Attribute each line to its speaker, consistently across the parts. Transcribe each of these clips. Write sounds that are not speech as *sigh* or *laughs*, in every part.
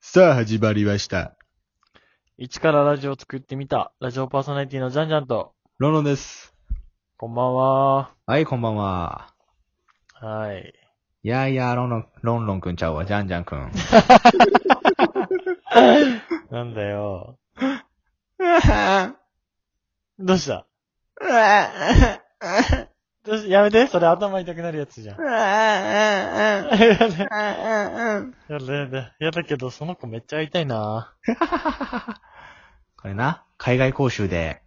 Speaker 1: さあ、始まりました。
Speaker 2: 一からラジオを作ってみた、ラジオパーソナリティのジャンジャンと、
Speaker 1: ロロンです。
Speaker 2: こんばんは。
Speaker 1: はい、こんばんは。
Speaker 2: はい。
Speaker 1: いやいや、ロンロン、ロンロンくんちゃうわ、ジャンジャンくん。
Speaker 2: なんだよ。どうしたどうしやめて、それ頭痛くなるやつじゃん。やだやだやだ。やだけど、その子めっちゃ会いたいな。
Speaker 1: これな、海外講習で、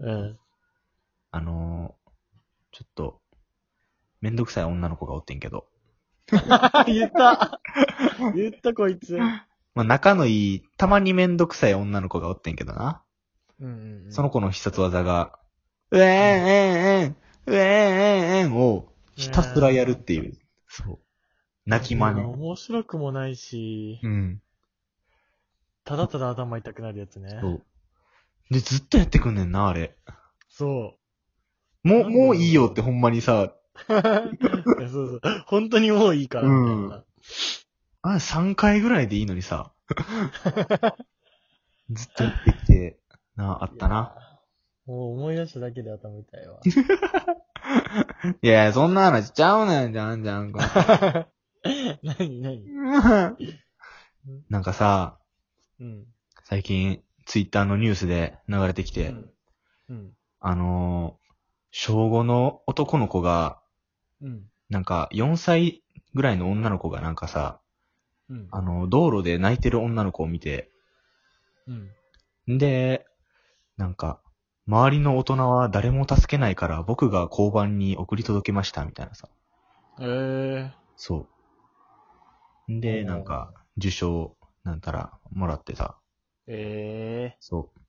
Speaker 2: うん。
Speaker 1: あのー、ちょっと、めんどくさい女の子がおってんけど。
Speaker 2: *laughs* 言った言ったこいつ。うん
Speaker 1: まあ、仲のいい、たまにめんどくさい女の子がおってんけどな。
Speaker 2: うんうん。
Speaker 1: その子の必殺技が、うえーん、うえーん、うえーん、うえーんをひたすらやるっていう。そう。泣き真
Speaker 2: うん
Speaker 1: 似。
Speaker 2: 面白くもないし、
Speaker 1: うん。
Speaker 2: ただただ頭痛くなるやつね。
Speaker 1: そう。で、ずっとやってくんねんな、あれ。
Speaker 2: そう。
Speaker 1: もう、
Speaker 2: なんだろう
Speaker 1: もういいよってほんまにさ、
Speaker 2: *laughs* いやそうそう。本当にもういいから。
Speaker 1: うんあれ3回ぐらいでいいのに *laughs* さ。ずっとやってきて、な、あったな。
Speaker 2: いやー。もう思い出しただけで頭痛いわ。
Speaker 1: いやいや、そんな話しちゃうねん、じゃんじゃんこ。
Speaker 2: なになに
Speaker 1: *laughs* なんかさ、
Speaker 2: うん。
Speaker 1: 最近、ツイッターのニュースで流れてきて、
Speaker 2: うんうん。
Speaker 1: あのー、小5の男の子が、
Speaker 2: うん。
Speaker 1: なんか、4歳ぐらいの女の子がなんかさ、
Speaker 2: うん。
Speaker 1: あの、道路で泣いてる女の子を見て、
Speaker 2: うん。
Speaker 1: で、なんか、周りの大人は誰も助けないから僕が交番に送り届けました、みたいなさ。
Speaker 2: え
Speaker 1: そう。んで、
Speaker 2: おー
Speaker 1: なんか、受賞、なんたら、もらってさ。
Speaker 2: え。え
Speaker 1: そう。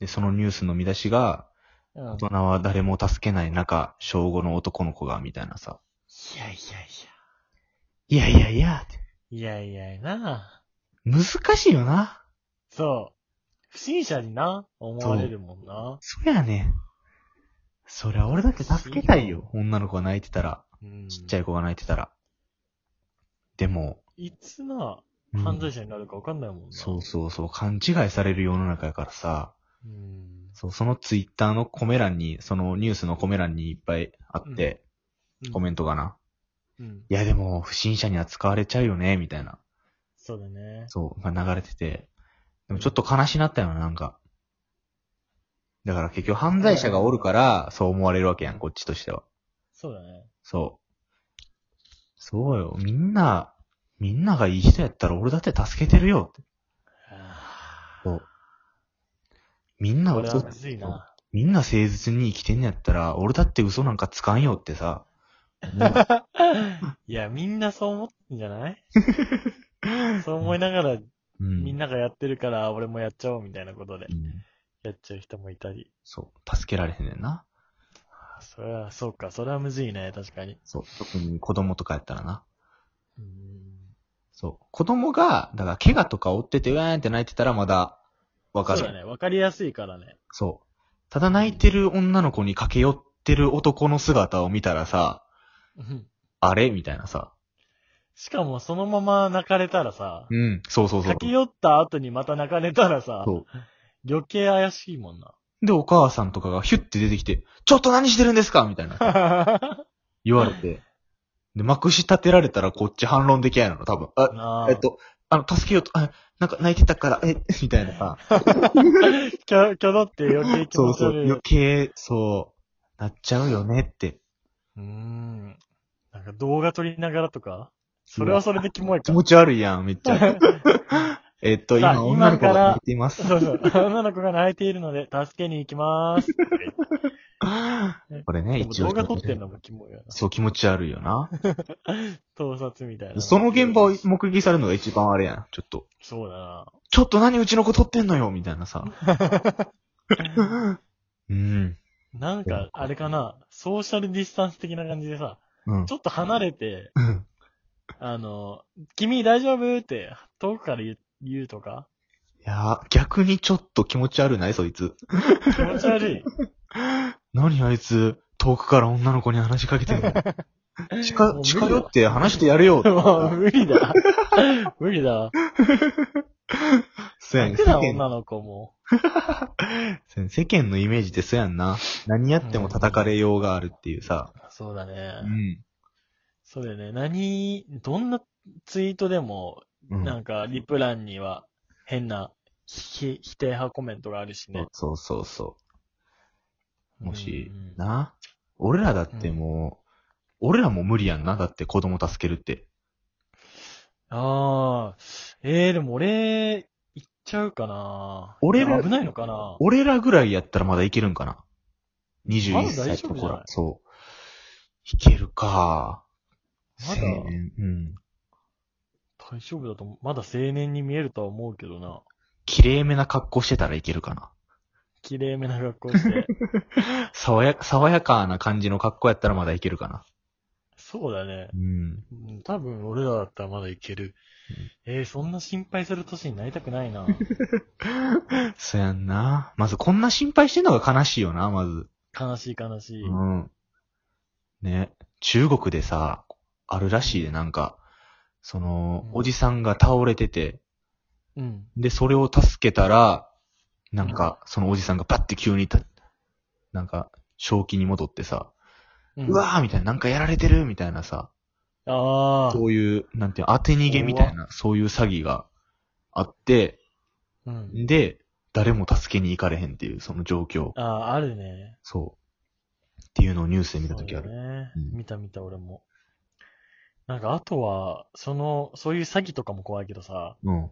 Speaker 1: で、そのニュースの見出しが、
Speaker 2: え。うん。い
Speaker 1: 大人は誰も助けない中、小5の男の子が、みたいなさ。
Speaker 2: やい
Speaker 1: いやいやいや、って
Speaker 2: やいや。いやいやな。
Speaker 1: 難しいよな。
Speaker 2: そう。不審者にな、思われるもんな。
Speaker 1: そやねん。そりゃ俺だって助けたいよ。女の子が泣いてたら、
Speaker 2: うん。
Speaker 1: ちっちゃい子が泣いてたら。でも、
Speaker 2: いつな、
Speaker 1: うん
Speaker 2: 犯罪者になるかわかんないもんな。
Speaker 1: そうそうそう、勘違いされる世の中やからさ、
Speaker 2: うん。
Speaker 1: そうそのツイッターのコメ欄に、そのニュースのコメ欄にいっぱいあって、コメ
Speaker 2: ん。
Speaker 1: ントかな。
Speaker 2: うん。
Speaker 1: いやでも、不審者に扱われちゃうよね、みたいな。
Speaker 2: そうだね。
Speaker 1: そう、が流れてて。でもちょっと悲しなったよな、なんか。だから結局犯罪者がおるから、そう思われるわけやん、こっちとしては。
Speaker 2: そうだね。
Speaker 1: そう。そうよ、みんな、みんながいい人やったら俺だって助けてるよって。そう。みんな
Speaker 2: これは
Speaker 1: 嘘
Speaker 2: むずいな。
Speaker 1: みんな誠実に生きてんのやったら、俺だって嘘なんかつかんよって
Speaker 2: *laughs*
Speaker 1: さ。もう
Speaker 2: いや、みんなそう思ってんじ
Speaker 1: *laughs*
Speaker 2: ゃないそう思いながら、
Speaker 1: うん
Speaker 2: みんながやってるから、俺もやっちゃおうみたいなことで
Speaker 1: う、ん
Speaker 2: やっちゃう人もいたり。
Speaker 1: そう、助けられへんねんな。
Speaker 2: あそれは、そうか、それはむずいね、確かに。
Speaker 1: そう、特に子供とかやったらな。
Speaker 2: うん
Speaker 1: そう。子供が、だから怪我とか負ってて、うわーんって泣いてたらまだ、わか
Speaker 2: そう
Speaker 1: る。
Speaker 2: だね、わかりやすいからね。
Speaker 1: そう。ただ泣いてる女の子に駆け寄ってる男の姿を見たらさ、
Speaker 2: うん
Speaker 1: あれみたいなさ。
Speaker 2: しかも、そのまま泣かれたらさ、
Speaker 1: うん、そうそうそう
Speaker 2: 駆。け寄った後にまた泣かれたらさ
Speaker 1: そ、
Speaker 2: 余計怪しいも
Speaker 1: *laughs*
Speaker 2: んな。
Speaker 1: で、お母さんとかがヒュッて出てきて、ちょっと何してるんですかみたいな。
Speaker 2: な
Speaker 1: 言われて。で、まくし立てられたらこっち反論できないの、多分。あ、
Speaker 2: あ
Speaker 1: えっと、あの、助けようと、あ、なんか泣いてたから、え、 *laughs* みたいなさ。
Speaker 2: きょ、きょどって余計気
Speaker 1: そ
Speaker 2: 持
Speaker 1: う
Speaker 2: ち
Speaker 1: そう。
Speaker 2: 悪い。
Speaker 1: 余計、そう、なっちゃうよねって。
Speaker 2: うーん。なんか動画撮りながらとかそれはそれでキモい
Speaker 1: 気
Speaker 2: か。
Speaker 1: 持ち悪いやん、めっち
Speaker 2: *laughs*
Speaker 1: ゃ。えっと、
Speaker 2: さあ
Speaker 1: 今、女の子
Speaker 2: 今から
Speaker 1: が泣いています。
Speaker 2: そうそう。女の子が泣いているので、助けに行きまーす。
Speaker 1: これね、
Speaker 2: でも
Speaker 1: 一応。
Speaker 2: 動画撮ってんのもキモいよな。
Speaker 1: そう、気持ち悪いよな。
Speaker 2: 盗撮みたいな。
Speaker 1: その現場を目撃されるのが一番あれやん、ちょっと。
Speaker 2: そうだな。
Speaker 1: ちょっと何うちの子撮ってんのよ、みたいな
Speaker 2: *laughs*
Speaker 1: さ。うん。
Speaker 2: なんか、あれかな、ソーシャルディスタンス的な感じでさ、
Speaker 1: うん
Speaker 2: ち。ょっと離れて、
Speaker 1: うん
Speaker 2: あの、君大丈夫って遠くから言う言うとか
Speaker 1: いやー、逆にちょっと気持ち悪ないそいつ。
Speaker 2: 気持ち悪
Speaker 1: *laughs*
Speaker 2: い。
Speaker 1: 何あいつ、遠くから女の子に話しかけてん
Speaker 2: *laughs*
Speaker 1: の近
Speaker 2: もう
Speaker 1: *laughs*
Speaker 2: 無理だ
Speaker 1: 近寄って話してやれよ。
Speaker 2: もう無理だ。無理だわ。
Speaker 1: そうやねん。
Speaker 2: 楽だ、
Speaker 1: 世間
Speaker 2: 女の子も。
Speaker 1: 世間のイメージってそうやんな。何やっても叩かれようがあるっていうさ。
Speaker 2: そうだね。
Speaker 1: うん。
Speaker 2: そうだよね。何、どんなツイートでも、
Speaker 1: うん。
Speaker 2: なんか、リプランには変なひ否定派コメントがあるしね。
Speaker 1: そうそうそう。もし
Speaker 2: うんうん、
Speaker 1: な。俺らだってもう、俺らも無理やんな。だって子供助けるって。
Speaker 2: ああ、ええー、でも俺、行っちゃうかな。
Speaker 1: 俺ら
Speaker 2: 危ないのかな。
Speaker 1: 俺らぐらいやったらまだいけるんかな。
Speaker 2: ま
Speaker 1: 21
Speaker 2: だ大
Speaker 1: 歳と
Speaker 2: 丈夫じゃ
Speaker 1: こ
Speaker 2: ない
Speaker 1: ら。そう。いけるか。
Speaker 2: まだ
Speaker 1: 青年うん。
Speaker 2: 大丈夫だと思う。まだ青年に見えるとは思うけどな。
Speaker 1: 綺麗めな格好してたらいけるかな。
Speaker 2: 綺麗めな格好
Speaker 1: *laughs*
Speaker 2: して。
Speaker 1: 爽や、爽やかな感じの格好やったらまだいけるかな。
Speaker 2: そうだね。
Speaker 1: うん。
Speaker 2: うん多分俺らだったらまだいける。えー、そんな心配する年になりたくな
Speaker 1: *laughs*
Speaker 2: いな。
Speaker 1: そやんな。まずこんな心配してんのが悲しいよな、まず。
Speaker 2: 悲しい悲しい。
Speaker 1: うん。ね。中国でさ、あるらしいで、なんか、その、
Speaker 2: うん
Speaker 1: おじさんが倒れてて、
Speaker 2: うん。
Speaker 1: で、それを助けたら、なんか、そのおじさんがパッて急にた、なんか、正気に戻ってさ、
Speaker 2: う
Speaker 1: うわーみたいな、なんかやられてるみたいなさ、
Speaker 2: ああ。
Speaker 1: そういう、なんていうの、当て逃げみたいな、そういう詐欺があって、
Speaker 2: うん。
Speaker 1: で、誰も助けに行かれへんっていう、その状況。
Speaker 2: ああ、あるね。
Speaker 1: そう。っていうのをニュースで見たときあ
Speaker 2: そう
Speaker 1: る。
Speaker 2: だね。
Speaker 1: うん
Speaker 2: 見た見た俺も。なんかあとは、その、そういう詐欺とかも怖いけどさ、
Speaker 1: うん。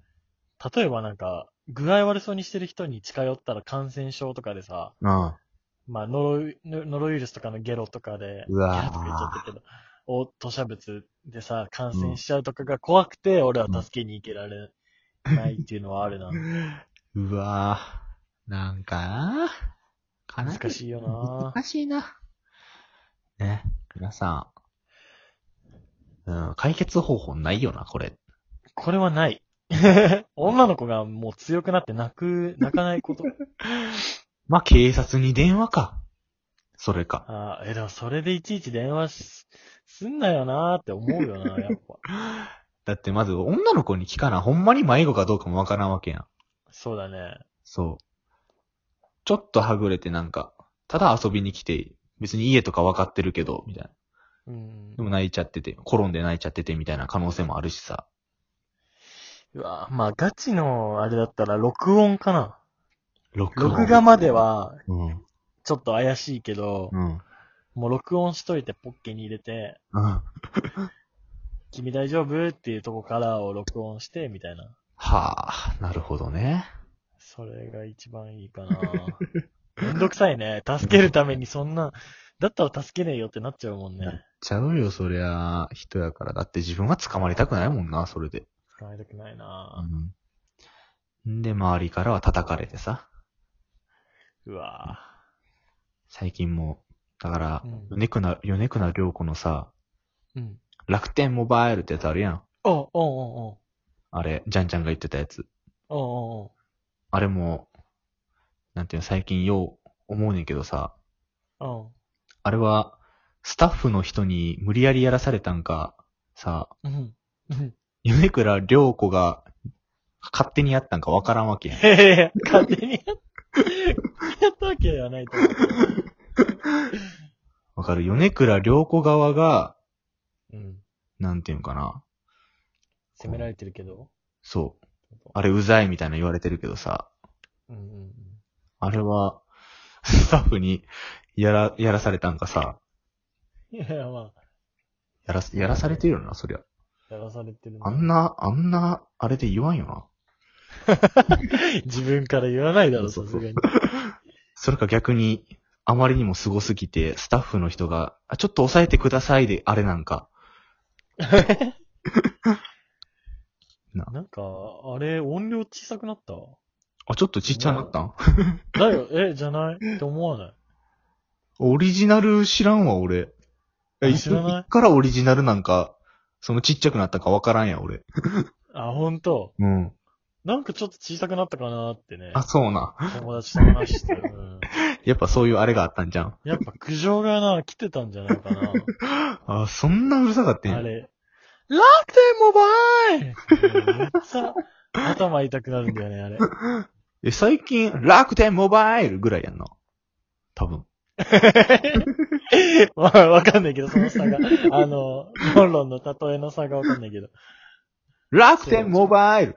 Speaker 2: 例えばなんか、具合悪そうにしてる人に近寄ったら感染症とかでさ、
Speaker 1: ああ。
Speaker 2: まあ、ノロウイ、ノノロウイルスとかのゲロとかで、
Speaker 1: うわぁ
Speaker 2: ゲロとか言っちゃったけど、お、吐砂物でさ、感染しちゃうとかが怖くて、俺は助けに行けられないっていうのはあるな。
Speaker 1: うわぁ。なんかなぁ悲
Speaker 2: 難しいよな
Speaker 1: 難しいな。ね。皆さん。うん。解決方法ないよな、これ。
Speaker 2: これはない。女の子がもう強くなって泣く、泣かないこと。
Speaker 1: まあ、警察に電話か。それか。
Speaker 2: ああ、え、でもそれでいちいち電話し、すんなよなーって思う *laughs* よな、やっぱ。
Speaker 1: だってまず女の子に聞かな、ほんまに迷子かどうかもわからんわけやん。
Speaker 2: そうだね。
Speaker 1: そう。ちょっとはぐれてなんか、ただ遊びに来て、別に家とか分かってるけど、みたいな。
Speaker 2: うん
Speaker 1: で。も泣いちゃってて、転んで泣いちゃっててみたいな可能性もあるしさ。
Speaker 2: うわまあガチのあれだったら録音かな。
Speaker 1: 録
Speaker 2: 録画まで。は、
Speaker 1: うん。
Speaker 2: ちょっと怪しいけど
Speaker 1: う、ん。
Speaker 2: もう録音しといてポッケに入れて、
Speaker 1: うん。
Speaker 2: 君大丈夫っていうとこからを録音して、みたいな。
Speaker 1: はあ、なるほどね。
Speaker 2: それが一番いいか *laughs* な。めんどくさいね。助けるためにそんな、だったら助けねえよってなっちゃうもんね。
Speaker 1: ちゃうよ、そりゃ。人やから。だって自分は捕まりたくないもんな、それで。
Speaker 2: 使いたくないな。
Speaker 1: うん。で、周りからは叩かれてさ。
Speaker 2: うわ
Speaker 1: 最近もう、だから、
Speaker 2: うん
Speaker 1: 米倉、米倉涼子のさ、
Speaker 2: うん。
Speaker 1: 楽天モバイルってやつあるやん。
Speaker 2: おうおうおう
Speaker 1: あれ、ジャンちゃんが言ってたやつ。
Speaker 2: おうおうおう
Speaker 1: あれも、なんていうの、最近よう思うねんけどさ、
Speaker 2: おう
Speaker 1: あれは、スタッフの人に無理やりやらされたんか、さ、
Speaker 2: うん。うん。
Speaker 1: 米倉涼子が勝手にやったんかわからんわけやん。
Speaker 2: へへ、勝手にやっやったわけではないと思うけど。
Speaker 1: わかる米倉涼子側が、
Speaker 2: うん。
Speaker 1: なんていうのかな、
Speaker 2: 責められてるけど。
Speaker 1: そう。あれうざいみたいな言われてるけどさ、
Speaker 2: うんうんうん。
Speaker 1: あれは、スタッフにやら、やらされたんかさ、
Speaker 2: いや、まあ、
Speaker 1: やら、やらされてるよな、そりゃ。
Speaker 2: やらされてるね
Speaker 1: あん。な、あんな、あれで言わんよな。
Speaker 2: 自分から言わないだろ、
Speaker 1: そ
Speaker 2: さ
Speaker 1: う
Speaker 2: す
Speaker 1: そう
Speaker 2: がに。
Speaker 1: それか逆に、あまりにも凄すぎて、スタッフの人が、あ、ちょっと抑えてくださいで、あれなんか。
Speaker 2: なんか、あれ、音量小さくなった
Speaker 1: あ、ちょっとちっちゃなったん
Speaker 2: だよ、え、じゃないって思わない。
Speaker 1: オリジナル知らんわ、俺。え
Speaker 2: 知らない
Speaker 1: いつからオリジナルなんか、そのちっちゃくなったかわからんや、俺。
Speaker 2: あ、ほんと。
Speaker 1: うん。
Speaker 2: なんかちょっと小さくなったかなってね。
Speaker 1: あ、そうな。
Speaker 2: 友達と話して。うん。
Speaker 1: やっぱそういうあれがあったんじゃん。
Speaker 2: やっぱ苦情がな、来てたんじゃないかな。
Speaker 1: あ、そんなうるさかったんや
Speaker 2: あれ。楽天モバイルめっちゃ、頭痛くなるんだよね、あれ。
Speaker 1: え、最近、楽天モバイルぐらいやんな。多分。
Speaker 2: わわかんないけど、その
Speaker 1: *laughs*
Speaker 2: 差が。あの、ロンロンの例えの差がわかんないけど。
Speaker 1: 楽天モバイル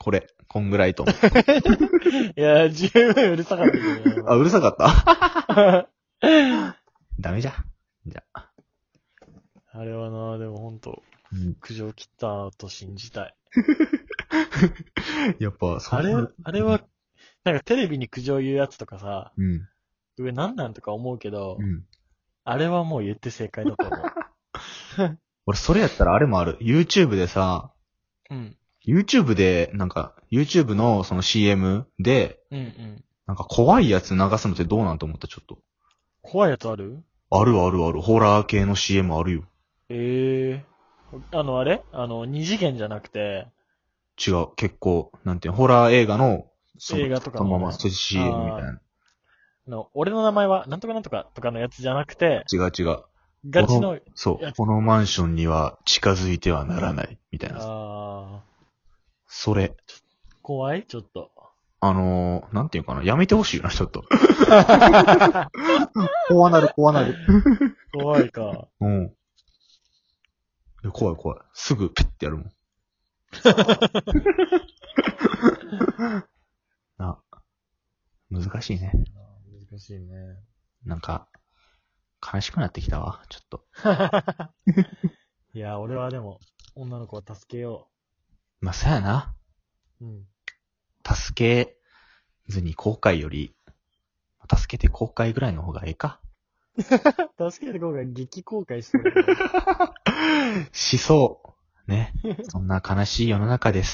Speaker 1: これ、こんぐらいと思う。
Speaker 2: いや、十分うるさかったけど
Speaker 1: あ、うるさかった *laughs*
Speaker 2: ね。
Speaker 1: ダメじゃん。じゃあ。
Speaker 2: *laughs* あれはな、でもほんと、
Speaker 1: うん
Speaker 2: 苦情切ったと信じたい。
Speaker 1: やっぱ、そ
Speaker 2: あ
Speaker 1: う
Speaker 2: れ、あれは、なんかテレビに苦情言うやつとかさ、
Speaker 1: うん。
Speaker 2: 上なんなんとか思うけど、
Speaker 1: うん。
Speaker 2: あれはもう言って正解だと
Speaker 1: *laughs*
Speaker 2: 思う。
Speaker 1: 俺、それやったらあれもある。YouTube でさ、
Speaker 2: うん。
Speaker 1: YouTube で、なんか、YouTube のその CM で、
Speaker 2: うんうん。
Speaker 1: なんか怖いやつ流すのってどうなんて思った、ちょっと。
Speaker 2: 怖いやつある
Speaker 1: あるあるある。ホラー系の CM あるよ。
Speaker 2: ええあの、あれあの、二次元じゃなくて、
Speaker 1: 違う。結構、なんていうの、ホラー映画の、その
Speaker 2: 映画とか
Speaker 1: そ
Speaker 2: の
Speaker 1: のまま、そういう CM みたいな。
Speaker 2: あの、俺の名前は、なんとかなんとかとかのやつじゃなくて、
Speaker 1: 違う違う。
Speaker 2: ガチの、
Speaker 1: そう
Speaker 2: や。つ
Speaker 1: このマンションには近づいてはならない。みたいな。
Speaker 2: あ
Speaker 1: それ。
Speaker 2: ー、怖いちょっと。
Speaker 1: あのー、なんていうかな。やめてほしいよな、ちょっ
Speaker 2: *laughs*
Speaker 1: と。怖なる、怖なる。
Speaker 2: 怖いか。
Speaker 1: うん。いや怖い怖い。すぐ、ピッてやるもん。 *laughs* あ、難しいね。
Speaker 2: *laughs* 難しいね。
Speaker 1: なんか、悲しくなってきたわ、ちょっと。
Speaker 2: いや、俺はでも、女の子は助けよ
Speaker 1: まあ、そうやな。
Speaker 2: う。うん。
Speaker 1: 助けずに後悔より、助けて後悔ぐらいの方がええか。
Speaker 2: *laughs* 助ける方が激後悔してる。
Speaker 1: しそう。ね。そんな悲しい世の中です。